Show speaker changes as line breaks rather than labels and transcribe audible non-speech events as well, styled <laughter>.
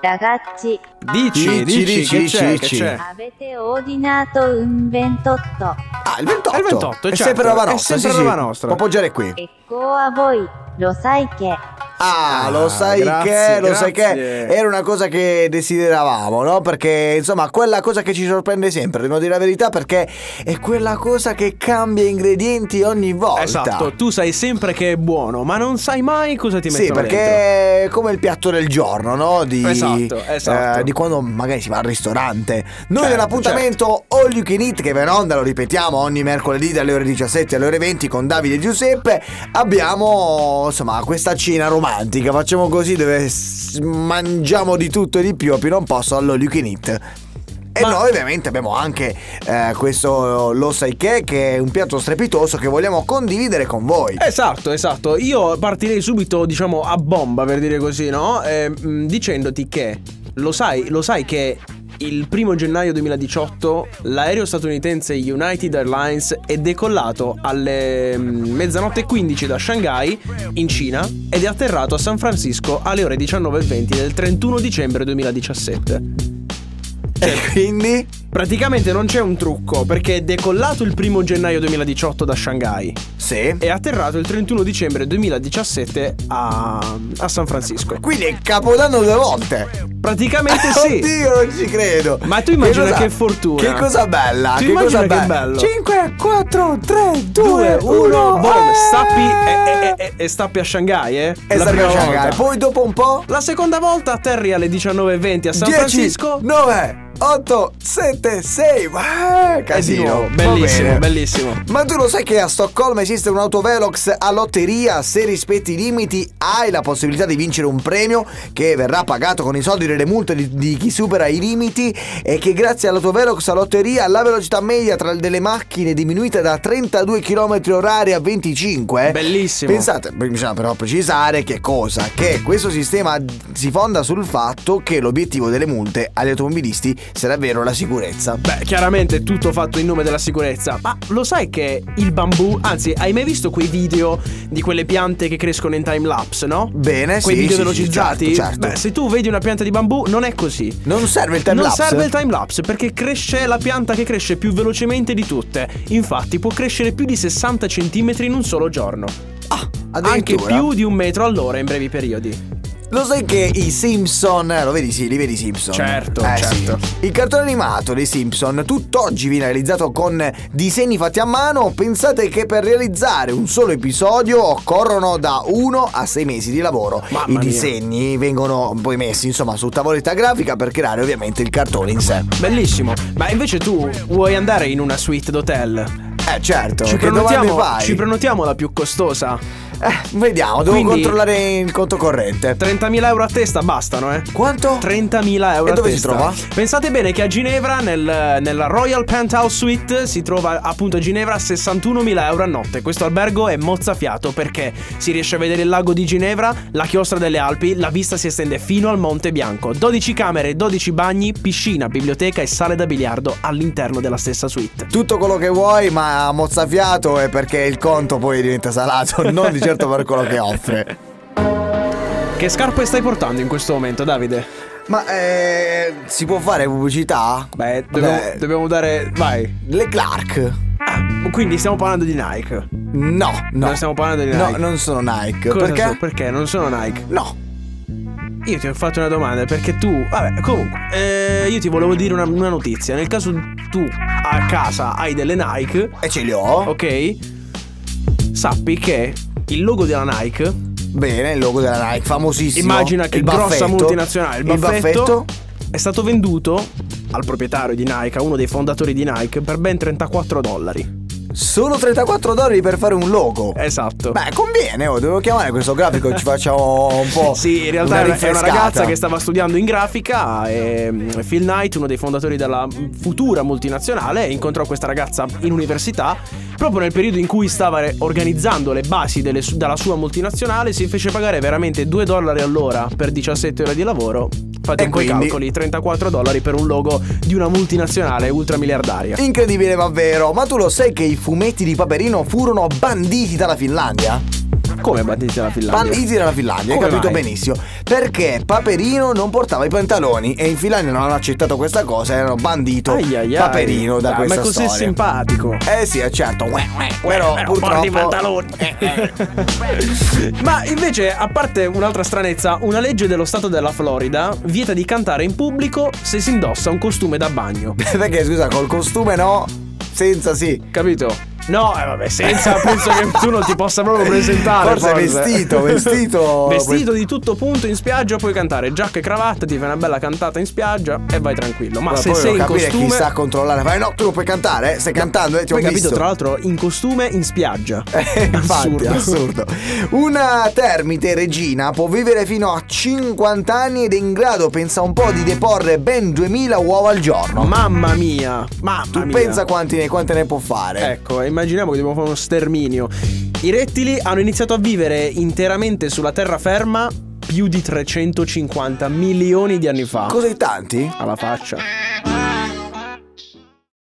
Ragazzi,
Dici, dici,
Dici,
che
dici,
c'è,
dici.
che c'è.
avete ordinato un 28
Ah, il 28.
È il 28,
È
certo.
sempre roba
È
nostra.
sempre
sì, sì.
roba nostra.
Può appoggiare qui.
Ecco a voi, lo sai che
Ah,
Ah,
lo sai
grazie,
che, lo sai che
grazie.
era una cosa che desideravamo, no? Perché insomma, quella cosa che ci sorprende sempre, devo dire la verità, perché è quella cosa che cambia ingredienti ogni volta.
Esatto, tu sai sempre che è buono, ma non sai mai cosa ti
Sì,
mettono dentro.
perché è come il piatto del giorno, no? Di,
Esatto, esatto.
eh, di quando magari si va al ristorante. Noi
Certo,
nell'appuntamento All You Can Eat, che va in onda, lo ripetiamo ogni mercoledì dalle ore 17 alle ore 20 con Davide e Giuseppe, abbiamo insomma questa cena romantica. Facciamo così dove s- mangiamo di tutto e di più, a più non posso, all'All You Can Eat. E
Ma-
noi ovviamente abbiamo anche eh, questo lo sai che, che è un piatto strepitoso che vogliamo condividere con voi.
Esatto, esatto. Io partirei subito, diciamo, a bomba per dire così, no? Eh, mh, dicendoti che lo sai, lo sai che il primo gennaio 2018 l'aereo statunitense United Airlines è decollato alle mh, mezzanotte e 15 da Shanghai in Cina ed è atterrato a San Francisco alle ore 19.20 del 31 dicembre 2017. Eh, certo.
E quindi...
Praticamente non c'è un trucco perché è decollato il primo gennaio 2018 da Shanghai
Sì.
è atterrato il 31 dicembre 2017 a, a San Francisco.
Quindi è capodanno due volte.
Praticamente Eh sì.
Oddio, non ci credo.
Ma tu immagina
cosa-
che fortuna.
Che cosa bella.
Tu
che cosa
immagina che
bella.
bello.
5, 4, 3, 2,
Due,
1.
uno,
Ah!
boom, stappi e, e- e- e stappi a Shanghai, eh?
E
La
sta
prima
Shanghai.
volta.
Poi dopo un po'.
La seconda volta atterri alle 19.20 a San
10,
Francisco.
9, 8, 7, 6.
e
Ah,
Eh, di
casino.
nuovo.
Va
Bellissimo,
bene.
bellissimo.
Ma tu lo sai che a Stoccolma esiste un autovelox a lotteria? Se rispetti i limiti hai la possibilità di vincere un premio che verrà pagato con i soldi delle multe di, di chi supera i limiti e che grazie all'autovelox a lotteria la velocità media tra delle macchine è diminuita da 32 km orari a 25.
Bellissimo.
Pensate, beh, bisogna però precisare che cosa? Che questo sistema si fonda sul fatto che l'obiettivo delle multe agli automobilisti sarà davvero la sicurezza.
Beh, chiaramente è tutto fatto in nome della sicurezza, ma lo sai che il bambù, anzi, hai mai visto quei video di quelle piante che crescono in time lapse, no?
Bene,
quei
Eh, sì,
video
sì, sì,
velocizzati.
certo, certo.
Beh, se tu vedi una pianta di bambù, non è così.
Non serve il time
non
lapse?
serve il time lapse perché cresce la pianta che cresce più velocemente di tutte. Infatti, può crescere più di 60 cm in un solo giorno. Anche
Addirittura.
più di un metro all'ora in brevi periodi.
Lo sai che i Simpson, eh, lo vedi sì, li vedi i Simpson?
Certo,
Eh,
certo.
sì. Il cartone animato dei Simpson tutt'oggi viene realizzato con disegni fatti a mano. Pensate che per realizzare un solo episodio occorrono da 1 a 6 mesi di lavoro.
Mamma
I
mia.
disegni vengono poi messi, insomma, su tavoletta grafica per creare ovviamente il cartone in sé.
Bellissimo. Ma invece tu vuoi andare in una suite d'hotel?
Eh certo,
Ci
che domande
prenotiamo,
fai?
ci prenotiamo la più costosa.
Eh, vediamo, devo
Quindi-
controllare il conto corrente.
30.000 euro a testa bastano, eh?
Quanto?
30.000 euro
E
a
dove si
testa.
trova?
Pensate bene che a Ginevra, nel- nella Royal Penthouse Suite, si trova appunto a Ginevra 61.000 euro a notte. Questo albergo è mozzafiato perché si riesce a vedere il lago di Ginevra, la chiostra delle Alpi, la vista si estende fino al Monte Bianco. 12 camere, 12 bagni, piscina, biblioteca e sale da biliardo all'interno della stessa suite.
tutto quello che vuoi, ma mozzafiato è perché il conto poi diventa salato, <laughs> non di certo per quello che offre.
Che scarpe stai portando in questo momento, Davide?
Ma eh, si può fare pubblicità?
Beh, dobbiamo,
Vabbè,
dobbiamo dare... Vai.
le Clark.
Ah, quindi stiamo parlando di Nike.
No, no.
Non stiamo parlando di
No,
Nike.
non sono Nike.
Cosa
perché?
so- perché non sono Nike.
No.
Io ti ho fatto una domanda perché tu. Vabbè, comunque, eh, io ti volevo dire una, una notizia. Nel caso tu a casa hai delle Nike,
E ce li ho.
ok? Sappi che il logo della Nike.
Bene, il logo della Nike, famosissimo.
Immagina che
il
grossa
baffetto.
multinazionale, il baffetto,
baffetto.
è stato venduto al proprietario di Nike, a uno dei fondatori di Nike, per ben 34 dollari.
Solo 34 dollari per fare un logo.
Esatto.
Beh, conviene, oh, devo chiamare questo grafico ci facciamo un po'.
<laughs> Sì, in realtà era- è una
rinfrescata.
ragazza che stava studiando in grafica e mm, Phil Knight, uno dei fondatori della futura multinazionale, incontrò questa ragazza in università. Proprio nel periodo in cui stava re- organizzando le basi delle su- dalla sua multinazionale, si fece pagare veramente 2 dollari all'ora per 17 ore di lavoro. Fate
E
un po' i
quindi?
calcoli, 34 dollari per un logo di una multinazionale ultramiliardaria.
Incredibile ma vero, ma tu lo sai che i fumetti di Paperino furono banditi dalla Finlandia?
Come banditi dalla Finlandia?
Banditi dalla Finlandia, hai
Come
capito
mai?
benissimo. Perché Paperino non portava i pantaloni e in Finlandia non hanno accettato questa cosa e hanno bandito
Ai, ai, ai.
Paperino da
Ah,
questa
Ma è così
storia.
simpatico.
Eh sì, eh, certo. Uè, uè, però purtroppo
Eh, Ma invece, a parte un'altra stranezza, una legge dello stato della Florida vieta di cantare in pubblico se si indossa un costume da bagno.
<laughs> Perché scusa, col costume no, senza sì.
Capito? No, eh, vabbè, senza penso che tu non ti possa proprio presentare.
Forse vestito, vestito.
<laughs> Vestito di tutto punto in spiaggia puoi cantare giacca e cravatta, ti fai una bella cantata in spiaggia e vai tranquillo. Ma
Ma
se
poi
sei
non
in
capire
costume
chi sta a controllare. Fai no, tu non puoi cantare, eh? stai cantando, eh, ti ho
Poi capito,
visto.
tra l'altro, in costume in spiaggia.
Eh, Infatti,
Assurdo.
assurdo. Una termite regina può vivere fino a 50 anni ed è in grado, pensa un po', di deporre ben 2000 uova al giorno.
Mamma mia, mamma
tu
mia.
pensa quanti ne, quante ne può fare?
Ecco, immaginiamo che dobbiamo fare uno sterminio. I rettili hanno iniziato a vivere interamente sulla terraferma più di 350 milioni di anni fa.
Così tanti?
Alla faccia.